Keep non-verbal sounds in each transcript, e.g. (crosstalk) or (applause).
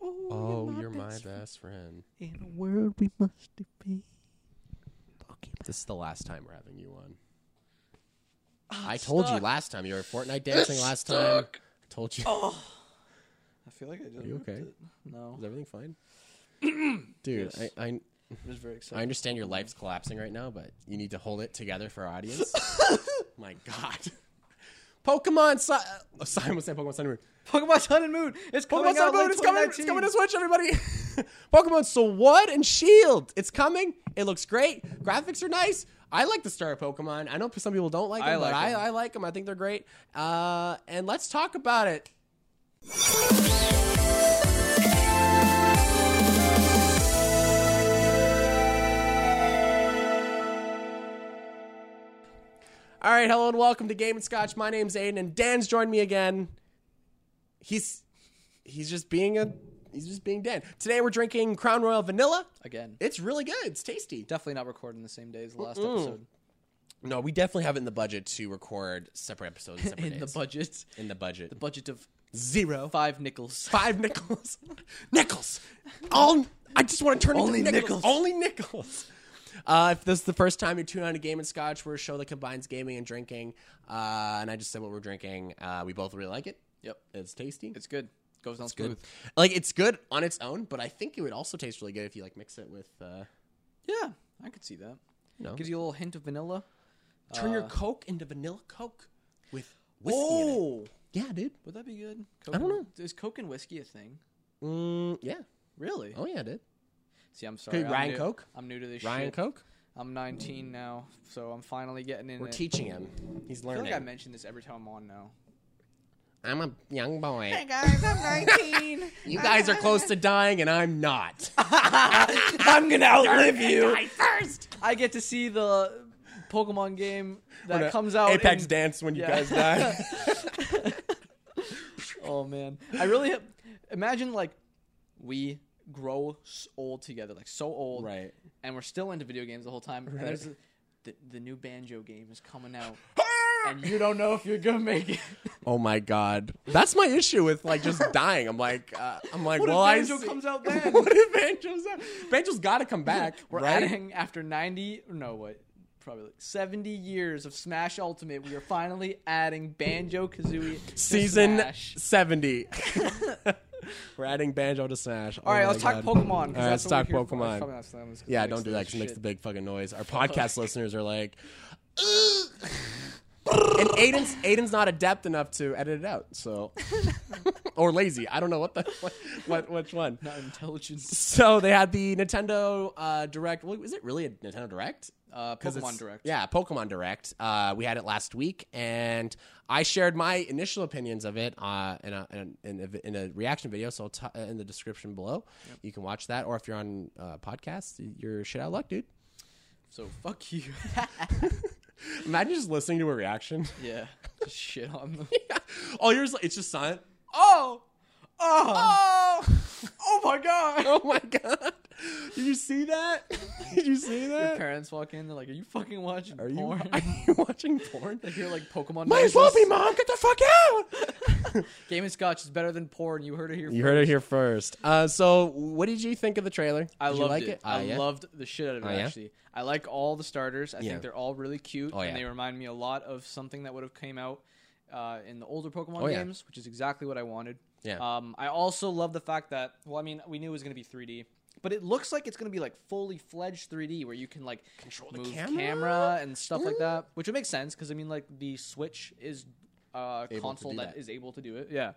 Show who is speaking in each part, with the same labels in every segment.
Speaker 1: Oh, my
Speaker 2: Oh, best
Speaker 1: best friend.
Speaker 2: In a world we must be.
Speaker 1: This is the last time we're having you on. I told you last time you were Fortnite dancing last time.
Speaker 2: Stuck.
Speaker 1: I told you.
Speaker 2: Oh. I feel like I just.
Speaker 1: you
Speaker 2: ripped
Speaker 1: okay?
Speaker 2: It. No.
Speaker 1: Is everything
Speaker 2: (clears throat)
Speaker 1: fine? Dude,
Speaker 2: Yes.
Speaker 1: I, I
Speaker 2: It was very
Speaker 1: I
Speaker 2: exciting.
Speaker 1: understand your life's collapsing right now, but you need to hold it together for our (laughs) audience. My God. (laughs) Pokemon Si- oh, Simon was saying Pokemon Sun and Moon.
Speaker 2: Pokemon Sun and Moon. It's coming out.
Speaker 1: Pokemon Sun and Moon,
Speaker 2: late
Speaker 1: it's coming, it's coming
Speaker 2: 2019.
Speaker 1: to Switch, everybody. (laughs) Pokemon Sword and Shield, it's coming. It looks great. Graphics are nice. I like the star Pokemon. I know some people don't like
Speaker 2: I
Speaker 1: them, but
Speaker 2: like
Speaker 1: I,
Speaker 2: 'em.
Speaker 1: I like them. I think they're great. Uh, and let's talk about it. All right, hello and welcome to Game and Scotch. My name's Aiden, and Dan's joined me again. He's he's just being a he's just being Dan. Today we're drinking Crown Royal Vanilla.
Speaker 2: Again.
Speaker 1: It's really good. It's tasty.
Speaker 2: Definitely not recording the same day as the last episode.
Speaker 1: No, we definitely have it in the budget to record separate episodes and separate
Speaker 2: In the
Speaker 1: days.
Speaker 2: budget.
Speaker 1: in the budget.
Speaker 2: The budget of
Speaker 1: Zero.
Speaker 2: five nickels.
Speaker 1: Five nickels. (laughs) nickels. All I just want to turn
Speaker 2: Only
Speaker 1: into
Speaker 2: nickels.
Speaker 1: nickels. Only nickels. Uh, if this is the first time you tune on to Game and Scotch, we're a show that combines gaming and drinking. Uh, and I just said what we're drinking. Uh, we both really like it.
Speaker 2: Yep.
Speaker 1: It's tasty.
Speaker 2: It's good. Goes down
Speaker 1: good.
Speaker 2: smooth.
Speaker 1: Like it's good on its own, but I think it would also taste really good if you like mix it with uh,
Speaker 2: Yeah, I could see that.
Speaker 1: you know
Speaker 2: Gives you a little hint of vanilla.
Speaker 1: turn your
Speaker 2: Uh,
Speaker 1: Coke into vanilla Coke with whiskey in it.
Speaker 2: Oh,
Speaker 1: Yeah, dude.
Speaker 2: would that be good? Coke
Speaker 1: I don't
Speaker 2: and- Is Coke and whiskey a thing?
Speaker 1: Mm, yeah.
Speaker 2: Really?
Speaker 1: Oh yeah, dude.
Speaker 2: See, I'm sorry. I'm
Speaker 1: Ryan
Speaker 2: new-
Speaker 1: Coke?
Speaker 2: I'm new to this.
Speaker 1: Ryan
Speaker 2: shit.
Speaker 1: Coke.
Speaker 2: I'm 19 now, so I'm finally getting in.
Speaker 1: We're
Speaker 2: it.
Speaker 1: teaching him. He's
Speaker 2: I feel
Speaker 1: learning.
Speaker 2: like I mention this every time I'm on now.
Speaker 1: I'm a young boy.
Speaker 2: guys, I'm 19.
Speaker 1: You guys are close to dying, and I'm not.
Speaker 2: (laughs) I'm gonna outlive you.
Speaker 1: first.
Speaker 2: I get to see the Pokemon game that
Speaker 1: When a-
Speaker 2: comes out.
Speaker 1: Apex
Speaker 2: in-
Speaker 1: dance when
Speaker 2: Yeah.
Speaker 1: you guys (laughs) die.
Speaker 2: (laughs) oh man, I really imagine like we grow s- old together, like so old,
Speaker 1: Right.
Speaker 2: And we're still into video games the whole time. And there's the, the, the new banjo game is coming
Speaker 1: (laughs)
Speaker 2: out, and you don't know if you're gonna make it. (laughs)
Speaker 1: oh my god, that's my issue with like just dying. I'm like, uh, I'm like,
Speaker 2: What
Speaker 1: well,
Speaker 2: if banjo
Speaker 1: I see-
Speaker 2: comes
Speaker 1: (laughs)
Speaker 2: out then?
Speaker 1: what if banjo's out? Banjo's got to come back,
Speaker 2: We're
Speaker 1: right?
Speaker 2: adding after 90, no, what? Probably like 70 years of Smash Ultimate. We are finally adding Banjo Kazooie
Speaker 1: Season
Speaker 2: Smash. (laughs)
Speaker 1: 70. (laughs) We're adding banjo to Smash. Oh
Speaker 2: All right, let's talk Pokemon. 'cause
Speaker 1: All right,
Speaker 2: that's
Speaker 1: let's
Speaker 2: what
Speaker 1: talk
Speaker 2: we're here for. I
Speaker 1: Pokemon.
Speaker 2: fucking- that's- that was-
Speaker 1: Yeah,
Speaker 2: that
Speaker 1: don't
Speaker 2: makes
Speaker 1: do
Speaker 2: the
Speaker 1: that because it makes the
Speaker 2: shit.
Speaker 1: big fucking
Speaker 2: (laughs)
Speaker 1: noise. Our podcast listeners are like, "Ugh." and Aiden's Aiden's not adept enough to edit it out, so
Speaker 2: (laughs)
Speaker 1: or lazy. I don't know what the what, what which one.
Speaker 2: Not (laughs) intelligence.
Speaker 1: So they had the Nintendo uh, Direct. Well, is it really a Nintendo Direct?
Speaker 2: Uh,
Speaker 1: (laughs) 'Cause
Speaker 2: Pokemon
Speaker 1: it's-
Speaker 2: Direct.
Speaker 1: Yeah, Pokemon Direct. Uh, we had it last week, and I shared my initial opinions of it uh, in, a, in, a, in, a, vi- in a reaction video. So I'll t- uh, in the description below, you can watch that. Or if you're on uh, podcast, you're shit out of luck, dude.
Speaker 2: So fuck you.
Speaker 1: (laughs) Imagine just listening to a reaction. (laughs)
Speaker 2: yeah. Just shit on them.
Speaker 1: All yours, like, it's just silent.
Speaker 2: (laughs) Oh! Oh! Oh, my god!
Speaker 1: (laughs) Oh my god! Did you see that? (laughs) Did you see
Speaker 2: Your
Speaker 1: that?
Speaker 2: parents walk in, they're like, Are you fucking watching
Speaker 1: Are you, (laughs)
Speaker 2: porn? (laughs)
Speaker 1: are you watching porn?
Speaker 2: They hear like Pokemon.
Speaker 1: Might as well
Speaker 2: noises.
Speaker 1: be, mom. Get the fuck out. (laughs)
Speaker 2: Game and Scotch is better than porn. You heard it here.
Speaker 1: You heard it here first. Uh, so, what did you think of the trailer?
Speaker 2: I loved
Speaker 1: did you like
Speaker 2: it.
Speaker 1: it.
Speaker 2: I
Speaker 1: Uh, yeah?
Speaker 2: loved the shit out of it.
Speaker 1: Oh, yeah?
Speaker 2: Actually, I like all the starters. I
Speaker 1: Yeah.
Speaker 2: think they're all really cute,
Speaker 1: Oh,
Speaker 2: and
Speaker 1: yeah.
Speaker 2: they remind me a lot of something that would have came out uh, in the older Pokemon
Speaker 1: Oh, yeah.
Speaker 2: games, which is exactly what I wanted.
Speaker 1: Yeah.
Speaker 2: Um, I also love the fact that well, I mean, we knew it was going to be 3D, but it looks like it's going to be like fully fledged 3D where you can like
Speaker 1: Control the
Speaker 2: move
Speaker 1: camera?
Speaker 2: and stuff like that, which would make sense because I mean, like the Switch is uh,
Speaker 1: to
Speaker 2: console
Speaker 1: do
Speaker 2: that
Speaker 1: that.
Speaker 2: is able to do it. Yeah.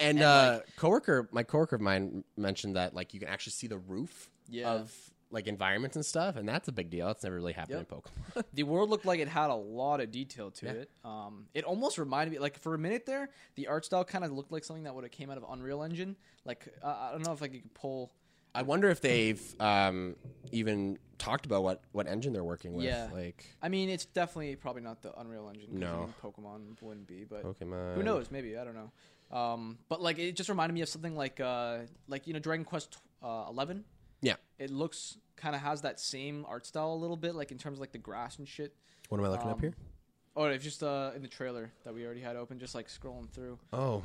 Speaker 1: And,
Speaker 2: and,
Speaker 1: uh, coworker, my coworker of mine mentioned that like you can actually see the roof
Speaker 2: Yeah.
Speaker 1: of like environments and stuff, and that's a big deal. That's never really happened
Speaker 2: Yep.
Speaker 1: in Pokemon. (laughs)
Speaker 2: The world looked like it had a lot of detail to it. Um, it almost reminded me, like for a minute there, the art style kind of looked like something that would have came out of Unreal Engine. Like uh, I don't know if like you could pull.
Speaker 1: I wonder if they've um, even talked about what what engine they're working with.
Speaker 2: Yeah.
Speaker 1: Like
Speaker 2: I mean, it's definitely probably not the Unreal Engine. 'cause, I
Speaker 1: No.
Speaker 2: mean, Pokemon wouldn't be, but
Speaker 1: Pokemon.
Speaker 2: who knows? Maybe I don't know. Um, but like it just reminded me of something like uh, like you know Dragon Quest uh, Eleven.
Speaker 1: Yeah.
Speaker 2: It looks kind of has that same art style a little bit, like in terms of like the grass and shit.
Speaker 1: What am I looking
Speaker 2: Um,
Speaker 1: up here?
Speaker 2: Or it's just uh, in the trailer that we already had open, just like scrolling through.
Speaker 1: Oh.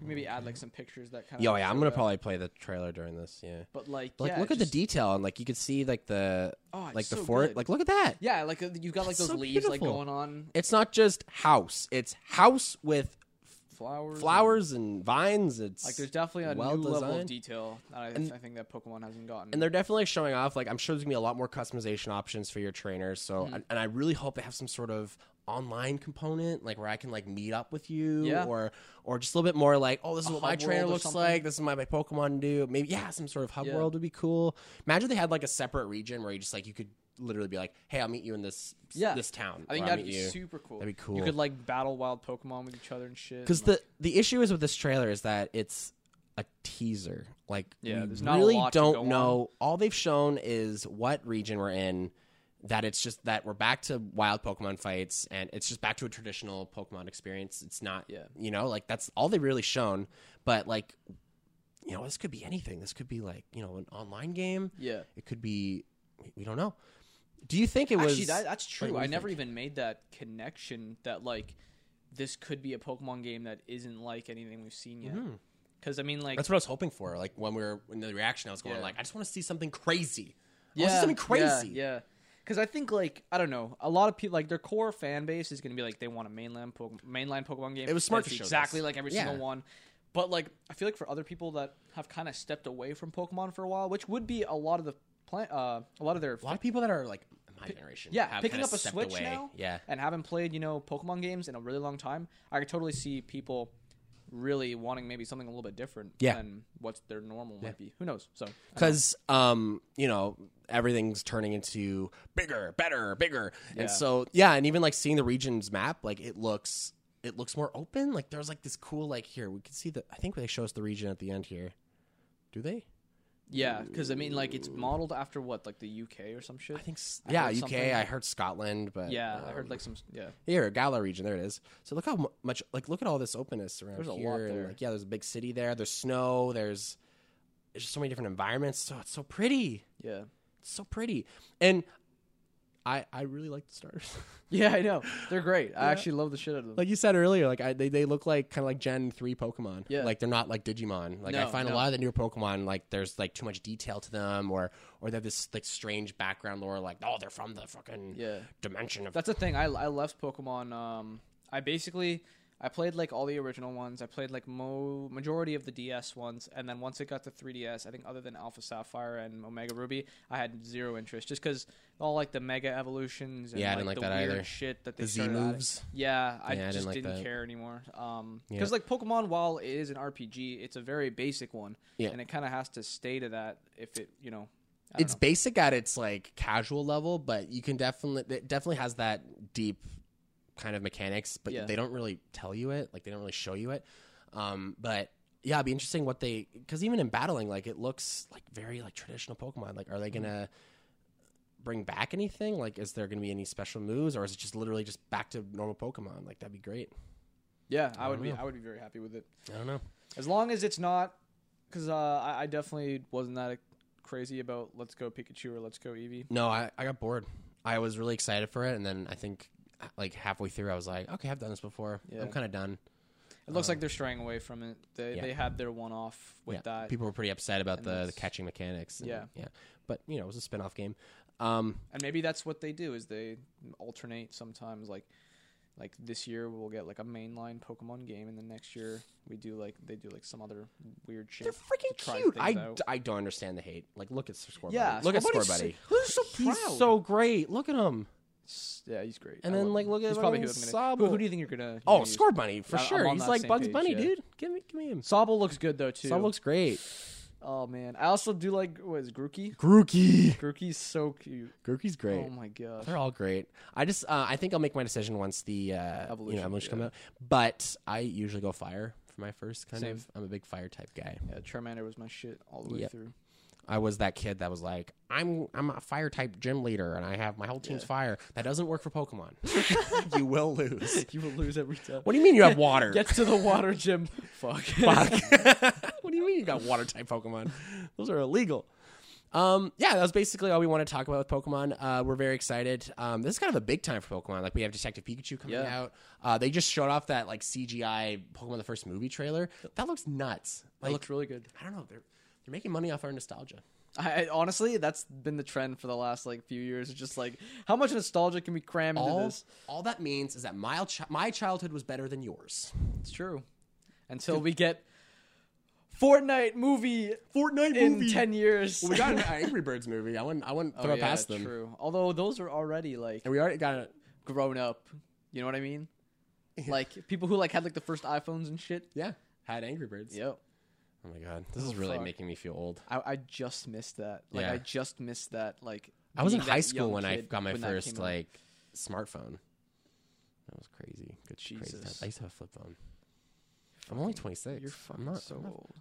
Speaker 2: Maybe add like some pictures that kind
Speaker 1: Yo,
Speaker 2: of.
Speaker 1: yeah, I'm gonna probably play the trailer during this. Yeah.
Speaker 2: But like,
Speaker 1: Like,
Speaker 2: yeah,
Speaker 1: look at
Speaker 2: just-
Speaker 1: the detail, and like you could see like the
Speaker 2: Oh, it's
Speaker 1: like the
Speaker 2: so
Speaker 1: fort.
Speaker 2: good.
Speaker 1: Like, look at that.
Speaker 2: Yeah, like uh, you've got like
Speaker 1: It's
Speaker 2: those
Speaker 1: so
Speaker 2: leaves like
Speaker 1: beautiful.
Speaker 2: going on
Speaker 1: It's not just house; it's house with
Speaker 2: flowers. and-
Speaker 1: flowers and vines. It's
Speaker 2: Like there's definitely a
Speaker 1: well
Speaker 2: new level of
Speaker 1: designed.
Speaker 2: detail that I,
Speaker 1: And-
Speaker 2: I think that Pokemon hasn't gotten.
Speaker 1: and they're definitely showing off. Like I'm sure there's gonna be a lot more customization options for your trainers. So,
Speaker 2: Mm-hmm.
Speaker 1: and, and I really hope they have some sort of online component, like where I can like meet up with you,
Speaker 2: Yeah.
Speaker 1: or or just a little bit more like, oh, this is
Speaker 2: A
Speaker 1: what my
Speaker 2: hub
Speaker 1: trainer
Speaker 2: world or
Speaker 1: looks
Speaker 2: something.
Speaker 1: like. This is my my Pokemon do. Maybe yeah, some sort of hub
Speaker 2: Yeah.
Speaker 1: world would be cool. Imagine they had like a separate region where you just like you could literally be like, hey, I'll meet you in this
Speaker 2: Yeah.
Speaker 1: this town.
Speaker 2: I think
Speaker 1: or I'll
Speaker 2: that'd be
Speaker 1: meet you.
Speaker 2: super cool.
Speaker 1: That'd be
Speaker 2: You
Speaker 1: cool.
Speaker 2: could like battle wild Pokemon with each other and shit.
Speaker 1: because
Speaker 2: and,
Speaker 1: the the issue is with this trailer is that it's a teaser. Like,
Speaker 2: Yeah,
Speaker 1: we
Speaker 2: there's not a
Speaker 1: really
Speaker 2: lot to
Speaker 1: don't
Speaker 2: go
Speaker 1: know. All they've shown is what region we're in. That it's just that we're back to wild Pokemon fights, and it's just back to a traditional Pokemon experience. It's not,
Speaker 2: Yeah.
Speaker 1: you know, like that's all they've really shown. But like, you know, this could be anything. This could be like, you know, an online game.
Speaker 2: like- yeah.
Speaker 1: It could be, we- we don't know. Do you think it was
Speaker 2: Actually, that, that's true.
Speaker 1: what do
Speaker 2: I
Speaker 1: you
Speaker 2: never
Speaker 1: think?
Speaker 2: even made that connection that like this could be a Pokemon game that isn't like anything we've seen yet.
Speaker 1: Mm-hmm.
Speaker 2: Because I mean, like
Speaker 1: That's what I was hoping for. Like when we were in the reaction, I was going
Speaker 2: Yeah.
Speaker 1: like, I just want to see something crazy. I want to see something
Speaker 2: yeah,
Speaker 1: crazy.
Speaker 2: Yeah. Because I think like I don't know, a lot of people like their core fan base is going to be like they want a mainland Pokemon, mainline Pokemon game.
Speaker 1: It was smart
Speaker 2: that's
Speaker 1: to show
Speaker 2: exactly
Speaker 1: this.
Speaker 2: like every
Speaker 1: Yeah.
Speaker 2: single one. But like I feel like for other people that have kind of stepped away from Pokemon for a while, which would be a lot of the plant, uh, a lot of their
Speaker 1: A lot of people that are like my generation,
Speaker 2: yeah,
Speaker 1: have
Speaker 2: picking
Speaker 1: kinda
Speaker 2: up a
Speaker 1: stepped
Speaker 2: Switch
Speaker 1: away.
Speaker 2: now,
Speaker 1: Yeah,
Speaker 2: and haven't played you know Pokemon games in a really long time. I could totally see people really wanting maybe something a little bit different
Speaker 1: Yeah.
Speaker 2: than what their normal might be. Who knows? So I don't know.
Speaker 1: because um, you know everything's turning into bigger, better, bigger,
Speaker 2: Yeah.
Speaker 1: and so yeah, and even like seeing the region's map, like it looks. It looks more open. Like there's like this cool like here we can see the. I think they show us the region at the end here. Do they?
Speaker 2: yeah, because I mean like it's modeled after what like the UK or some shit.
Speaker 1: I think s
Speaker 2: I
Speaker 1: yeah.
Speaker 2: heard
Speaker 1: UK.
Speaker 2: something.
Speaker 1: I heard Scotland, but
Speaker 2: Yeah, I
Speaker 1: um,
Speaker 2: heard like some. Yeah,
Speaker 1: Here, Gala region. There it is. So look how mu- much, like, look at all this openness around
Speaker 2: There's a lot
Speaker 1: here. and,
Speaker 2: there.
Speaker 1: like, yeah, there's a big city there. There's snow. There's, there's just so many different environments. So it's so pretty.
Speaker 2: yeah,
Speaker 1: It's so pretty. And I, I really like the starters. (laughs)
Speaker 2: yeah. I know they're great. I actually love the shit out of them.
Speaker 1: like you said earlier, like I, they, they look like kind of like Gen three Pokemon.
Speaker 2: Yeah.
Speaker 1: Like they're not like Digimon. Like
Speaker 2: No,
Speaker 1: I find
Speaker 2: no.
Speaker 1: a lot of the newer Pokemon, like there's like too much detail to them, or or they have this like strange background lore. Like oh, they're from the fucking
Speaker 2: yeah,
Speaker 1: dimension of
Speaker 2: that's the thing. I I left Pokemon. Um, I basically. I played like all the original ones. I played like mo majority of the DS ones, and then once it got to 3DS, I think other than Alpha Sapphire and Omega Ruby, I had zero interest just because all like the Mega evolutions and
Speaker 1: Yeah, I
Speaker 2: like,
Speaker 1: didn't like
Speaker 2: the
Speaker 1: that
Speaker 2: weird
Speaker 1: either.
Speaker 2: shit that they
Speaker 1: the Z
Speaker 2: started adding.
Speaker 1: moves.
Speaker 2: Yeah, I
Speaker 1: Yeah, I didn't
Speaker 2: just
Speaker 1: like
Speaker 2: didn't,
Speaker 1: that.
Speaker 2: care anymore. Um,
Speaker 1: Yeah.
Speaker 2: because like Pokemon, while it is an RPG, it's a very basic one.
Speaker 1: Yeah.
Speaker 2: and it kind of has to stay to that if it, you know, I don't
Speaker 1: it's basic at its like casual level, but you can definitely it definitely has that deep kind of mechanics, but
Speaker 2: Yeah.
Speaker 1: they don't really tell you it, like they don't really show you it. Um, but yeah, it'd be interesting what they because even in battling, like it looks like very like traditional Pokemon. Like, are they gonna bring back anything? Like, is there gonna be any special moves, or is it just literally just back to normal Pokemon? Like, that'd be great.
Speaker 2: yeah, I, would
Speaker 1: don't
Speaker 2: be,
Speaker 1: know.
Speaker 2: I would be very happy with it
Speaker 1: I don't know.
Speaker 2: as long as it's not, because uh, I, I definitely wasn't that crazy about Let's Go Pikachu or Let's Go Eevee.
Speaker 1: No, I, I got bored. I was really excited for it, and then I think like halfway through, I was like, okay, I've done this before.
Speaker 2: Yeah.
Speaker 1: I'm kind of done.
Speaker 2: It looks like they're straying away from it. They
Speaker 1: Uh-huh. Yeah.
Speaker 2: they had their one off with
Speaker 1: yeah,
Speaker 2: that,
Speaker 1: People were pretty upset about
Speaker 2: and
Speaker 1: the, the
Speaker 2: that's-
Speaker 1: catching mechanics. and-
Speaker 2: Yeah.
Speaker 1: yeah. But you know, it was a spin-off game. Um,
Speaker 2: and maybe that's what they do is they alternate sometimes like. Like this year, we'll get like a mainline Pokemon game, and then next year we do like they do like some other weird shit.
Speaker 1: they're freaking
Speaker 2: to try
Speaker 1: cute.
Speaker 2: things
Speaker 1: I,
Speaker 2: out.
Speaker 1: d- I don't understand the hate. Like, look at Score
Speaker 2: Yeah,
Speaker 1: Buddy. Look at
Speaker 2: Score
Speaker 1: Score
Speaker 2: Buddy's
Speaker 1: Buddy.
Speaker 2: so- he's so proud.
Speaker 1: He's so great. Look at him.
Speaker 2: S- Yeah, he's great.
Speaker 1: And
Speaker 2: I
Speaker 1: then,
Speaker 2: love
Speaker 1: like,
Speaker 2: him.
Speaker 1: look at
Speaker 2: he's probably who,
Speaker 1: fucking
Speaker 2: I'm gonna, who, who
Speaker 1: Sobble.
Speaker 2: do you think you're gonna?
Speaker 1: Oh,
Speaker 2: you're gonna
Speaker 1: Score Bunny for
Speaker 2: I- I'm
Speaker 1: sure.
Speaker 2: on
Speaker 1: He's
Speaker 2: that
Speaker 1: like
Speaker 2: same
Speaker 1: Bugs
Speaker 2: page,
Speaker 1: Bunny,
Speaker 2: yeah.
Speaker 1: dude. Give me, give me him.
Speaker 2: use? Sobble looks good though too.
Speaker 1: Sob looks great.
Speaker 2: Oh man, I also do like what is Grookey?
Speaker 1: Grookey.
Speaker 2: Grookey's so cute.
Speaker 1: Grookey's great.
Speaker 2: Oh my god.
Speaker 1: They're all great. I just, uh, I think I'll make my decision once the uh, evolution, you
Speaker 2: Evolution,
Speaker 1: know, evolution
Speaker 2: yeah.
Speaker 1: comes out. But I usually go Fire for my first kind
Speaker 2: Same.
Speaker 1: of. I'm a big Fire type guy.
Speaker 2: Yeah, Charmander was my shit all the way
Speaker 1: Yep.
Speaker 2: through.
Speaker 1: I was that kid that was like, I'm I'm a fire type gym leader and I have my whole team's fire. That doesn't work for Pokemon. (laughs) you will lose.
Speaker 2: You will lose every time.
Speaker 1: (laughs) What do you mean you have water? (laughs)
Speaker 2: Gets to the water gym. Fuck. (laughs)
Speaker 1: Fuck. what do you mean you got water type Pokemon? Those are illegal. Um, yeah, that was basically all we want to talk about with Pokemon. Uh, we're very excited. Um, this is kind of a big time for Pokemon. Like we have Detective Pikachu coming
Speaker 2: Yeah.
Speaker 1: out. Uh, they just showed off that like CGI Pokemon the first movie trailer. That looks nuts.
Speaker 2: That
Speaker 1: Like
Speaker 2: looks really good.
Speaker 1: I don't know. They're they're making money off our nostalgia.
Speaker 2: I, I honestly, that's been the trend for the last like few years. It's just like how much nostalgia can we cram into
Speaker 1: All
Speaker 2: this?
Speaker 1: all that means is that my chi- my childhood was better than yours.
Speaker 2: It's true. Until we get Fortnite movie
Speaker 1: Fortnite
Speaker 2: in
Speaker 1: movie.
Speaker 2: ten years.
Speaker 1: Well, we got an (laughs) Angry Birds movie. I wouldn't I wouldn't
Speaker 2: Oh,
Speaker 1: throw it
Speaker 2: yeah,
Speaker 1: past them.
Speaker 2: True. Although those are already like
Speaker 1: And we already got a
Speaker 2: grown up. You know what I mean? Like people who like had like the first iPhones and shit.
Speaker 1: yeah had Angry Birds.
Speaker 2: Yep.
Speaker 1: Oh my god, this is
Speaker 2: Oh,
Speaker 1: really
Speaker 2: fuck.
Speaker 1: making me feel old.
Speaker 2: I, I just missed that. Like
Speaker 1: Yeah.
Speaker 2: I just missed that. Like
Speaker 1: I was in
Speaker 2: being that
Speaker 1: high school
Speaker 2: young
Speaker 1: when I
Speaker 2: kid
Speaker 1: got my
Speaker 2: when that
Speaker 1: first
Speaker 2: came out.
Speaker 1: like smartphone. That was crazy. Good Jesus. Crazy. time.
Speaker 2: Jesus.
Speaker 1: I used to have a flip phone. I'm only
Speaker 2: fucking-
Speaker 1: 26.
Speaker 2: You're fucking
Speaker 1: I'm not,
Speaker 2: so
Speaker 1: I'm not-
Speaker 2: old.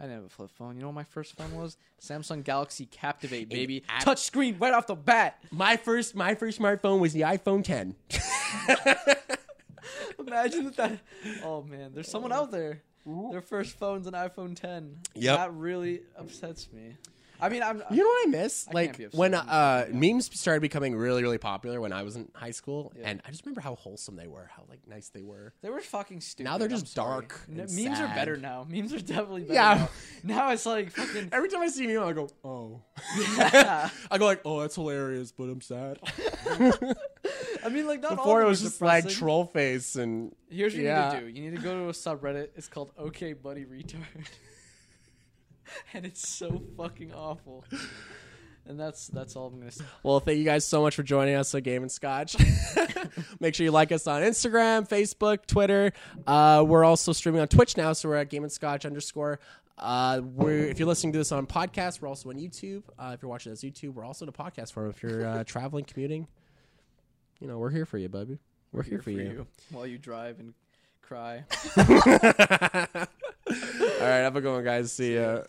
Speaker 2: I didn't have a flip phone. You know what my first phone was? Samsung Galaxy
Speaker 1: (laughs)
Speaker 2: Captivate, baby.
Speaker 1: ab-
Speaker 2: Touch screen right off the bat. (laughs)
Speaker 1: My first my first smartphone was the iPhone 10.
Speaker 2: Imagine that, that. Oh man, there's someone out there. Their first phone's an iPhone 10.
Speaker 1: Yep.
Speaker 2: That really upsets me. I mean, I'm.
Speaker 1: You know what I miss?
Speaker 2: can't
Speaker 1: like
Speaker 2: be upset
Speaker 1: when
Speaker 2: with
Speaker 1: uh, memes started becoming really really popular when I was in high school
Speaker 2: Yeah.
Speaker 1: and I just remember how wholesome they were, how like nice they were.
Speaker 2: They were fucking stupid.
Speaker 1: Now they're
Speaker 2: I'm
Speaker 1: just
Speaker 2: sorry.
Speaker 1: dark
Speaker 2: N-
Speaker 1: and
Speaker 2: memes are better
Speaker 1: sad.
Speaker 2: now. Memes are definitely better.
Speaker 1: Yeah.
Speaker 2: Now. now it's like fucking.
Speaker 1: Every time I see a meme I go, "Oh."
Speaker 2: Yeah.
Speaker 1: (laughs) I go like, "Oh, that's hilarious, but
Speaker 2: (laughs)
Speaker 1: I'm sad."
Speaker 2: I mean, like not all
Speaker 1: Before
Speaker 2: of them
Speaker 1: it was
Speaker 2: are
Speaker 1: just like
Speaker 2: depressing.
Speaker 1: troll face and
Speaker 2: Here's what
Speaker 1: Yeah.
Speaker 2: you need to do. You need to go to a subreddit. It's called OK Buddy Retard. (laughs) and it's so fucking awful. And that's that's all I'm gonna say.
Speaker 1: Well, thank you guys so much for joining us on Game and Scotch. (laughs) Make sure you like us on Instagram, Facebook, Twitter. Uh, we're also streaming on Twitch now, so we're at Game and Scotch underscore. Uh, we're, if you're listening to this on podcast, we're also on YouTube. Uh, if you're watching this YouTube, we're also in a podcast form. If you're (laughs) uh, traveling, commuting, you know we're here for you, baby. We're, here, for, you.
Speaker 2: While you drive and cry.
Speaker 1: All right, have a good one, guys. See ya.